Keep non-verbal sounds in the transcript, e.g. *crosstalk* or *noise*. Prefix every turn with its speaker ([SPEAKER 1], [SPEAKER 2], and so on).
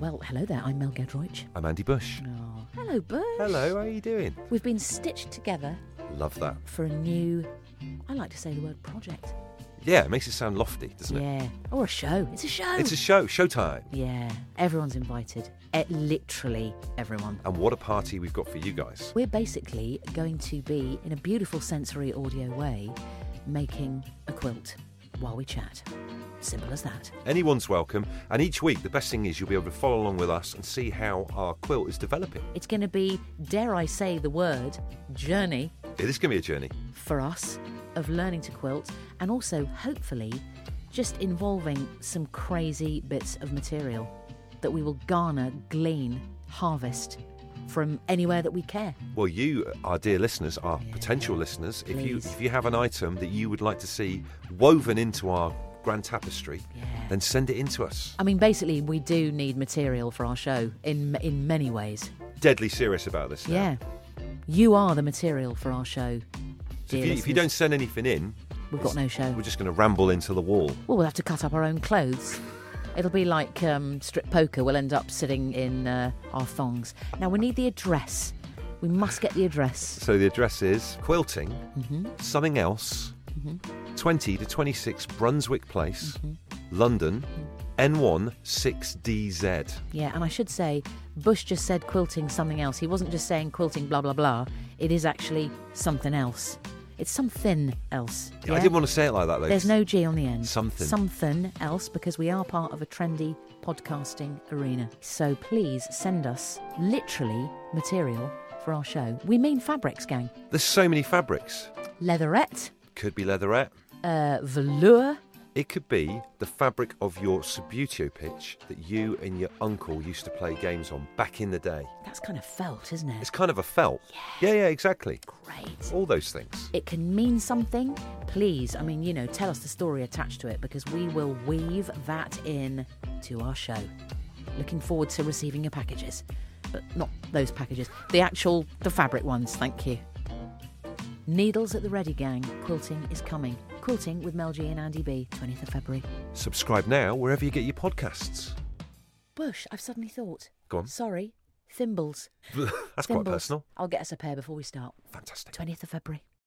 [SPEAKER 1] Well, hello there. I'm Mel Gedroich.
[SPEAKER 2] I'm Andy Bush.
[SPEAKER 1] Oh. Hello, Bush.
[SPEAKER 2] Hello, how are you doing?
[SPEAKER 1] We've been stitched together
[SPEAKER 2] Love that.
[SPEAKER 1] for a new, I like to say the word project.
[SPEAKER 2] Yeah, it makes it sound lofty, doesn't it?
[SPEAKER 1] Yeah. Or a show. It's a show.
[SPEAKER 2] It's a show, showtime.
[SPEAKER 1] yeah. Everyone's invited. Eh, literally everyone.
[SPEAKER 2] And what a party we've got for you guys.
[SPEAKER 1] We're basically going to be, in a beautiful sensory audio way, making a quilt while we chat. Simple as that.
[SPEAKER 2] Anyone's welcome, and each week the best thing is you'll be able to follow along with us and see how our quilt is developing.
[SPEAKER 1] It's going to be, dare I say the word, journey
[SPEAKER 2] It is going to be a journey.
[SPEAKER 1] for us of learning to quilt and also hopefully just involving some crazy bits of material that we will garner, glean, harvest from anywhere that we care.
[SPEAKER 2] Well, you, our dear listeners, our potential listeners, if you
[SPEAKER 1] Please.
[SPEAKER 2] if you have an item that you would like to see woven into our grand tapestry,
[SPEAKER 1] Yeah.
[SPEAKER 2] then send it in to us.
[SPEAKER 1] I mean, basically, we do need material for our show in in many ways.
[SPEAKER 2] Deadly serious about this. Now.
[SPEAKER 1] Yeah, you are the material for our show.
[SPEAKER 2] So
[SPEAKER 1] dear
[SPEAKER 2] if you, if you
[SPEAKER 1] listeners.
[SPEAKER 2] don't send anything in,
[SPEAKER 1] we've got no show.
[SPEAKER 2] we're just going to ramble into the wall.
[SPEAKER 1] Well, we'll have to cut up our own clothes. It'll be like um, strip poker. We'll end up sitting in uh, our thongs. Now, we need the address. We must get the address.
[SPEAKER 2] So the address is quilting,
[SPEAKER 1] Mm-hmm.
[SPEAKER 2] something else, 20 to 26 Brunswick Place,
[SPEAKER 1] Mm-hmm.
[SPEAKER 2] London, N1 6DZ.
[SPEAKER 1] Yeah, and I should say, Bush just said quilting something else. He wasn't just saying quilting blah, blah, blah. It is actually something else. It's something else.
[SPEAKER 2] I
[SPEAKER 1] yeah?
[SPEAKER 2] didn't want to say it like that though.
[SPEAKER 1] There's no G on the end.
[SPEAKER 2] Something.
[SPEAKER 1] Something else because we are part of a trendy podcasting arena. So please send us literally material for our show. We mean fabrics, gang.
[SPEAKER 2] There's so many fabrics.
[SPEAKER 1] leatherette,
[SPEAKER 2] Could be leatherette.
[SPEAKER 1] uh, velour.
[SPEAKER 2] It could be the fabric of your Subutio pitch that you and your uncle used to play games on back in the day.
[SPEAKER 1] That's kind of felt, isn't it?
[SPEAKER 2] It's kind of a felt. Yeah, yeah, exactly.
[SPEAKER 1] great.
[SPEAKER 2] All those things.
[SPEAKER 1] It can mean something. Please, I mean, you know, tell us the story attached to it because we will weave that in to our show. Looking forward to receiving your packages, but not those packages. The actual, the fabric ones. Thank you. Needles at the ready, gang. Quilting is coming. Quilting with Mel G and Andy B, 20th of February.
[SPEAKER 2] Subscribe now wherever you get your podcasts.
[SPEAKER 1] Bush, I've suddenly thought.
[SPEAKER 2] Go on. *laughs*
[SPEAKER 1] Sorry, thimbles.
[SPEAKER 2] Um. That's quite
[SPEAKER 1] thimbles.
[SPEAKER 2] personal.
[SPEAKER 1] I'll get us a pair before we start.
[SPEAKER 2] Fantastic.
[SPEAKER 1] 20th of February.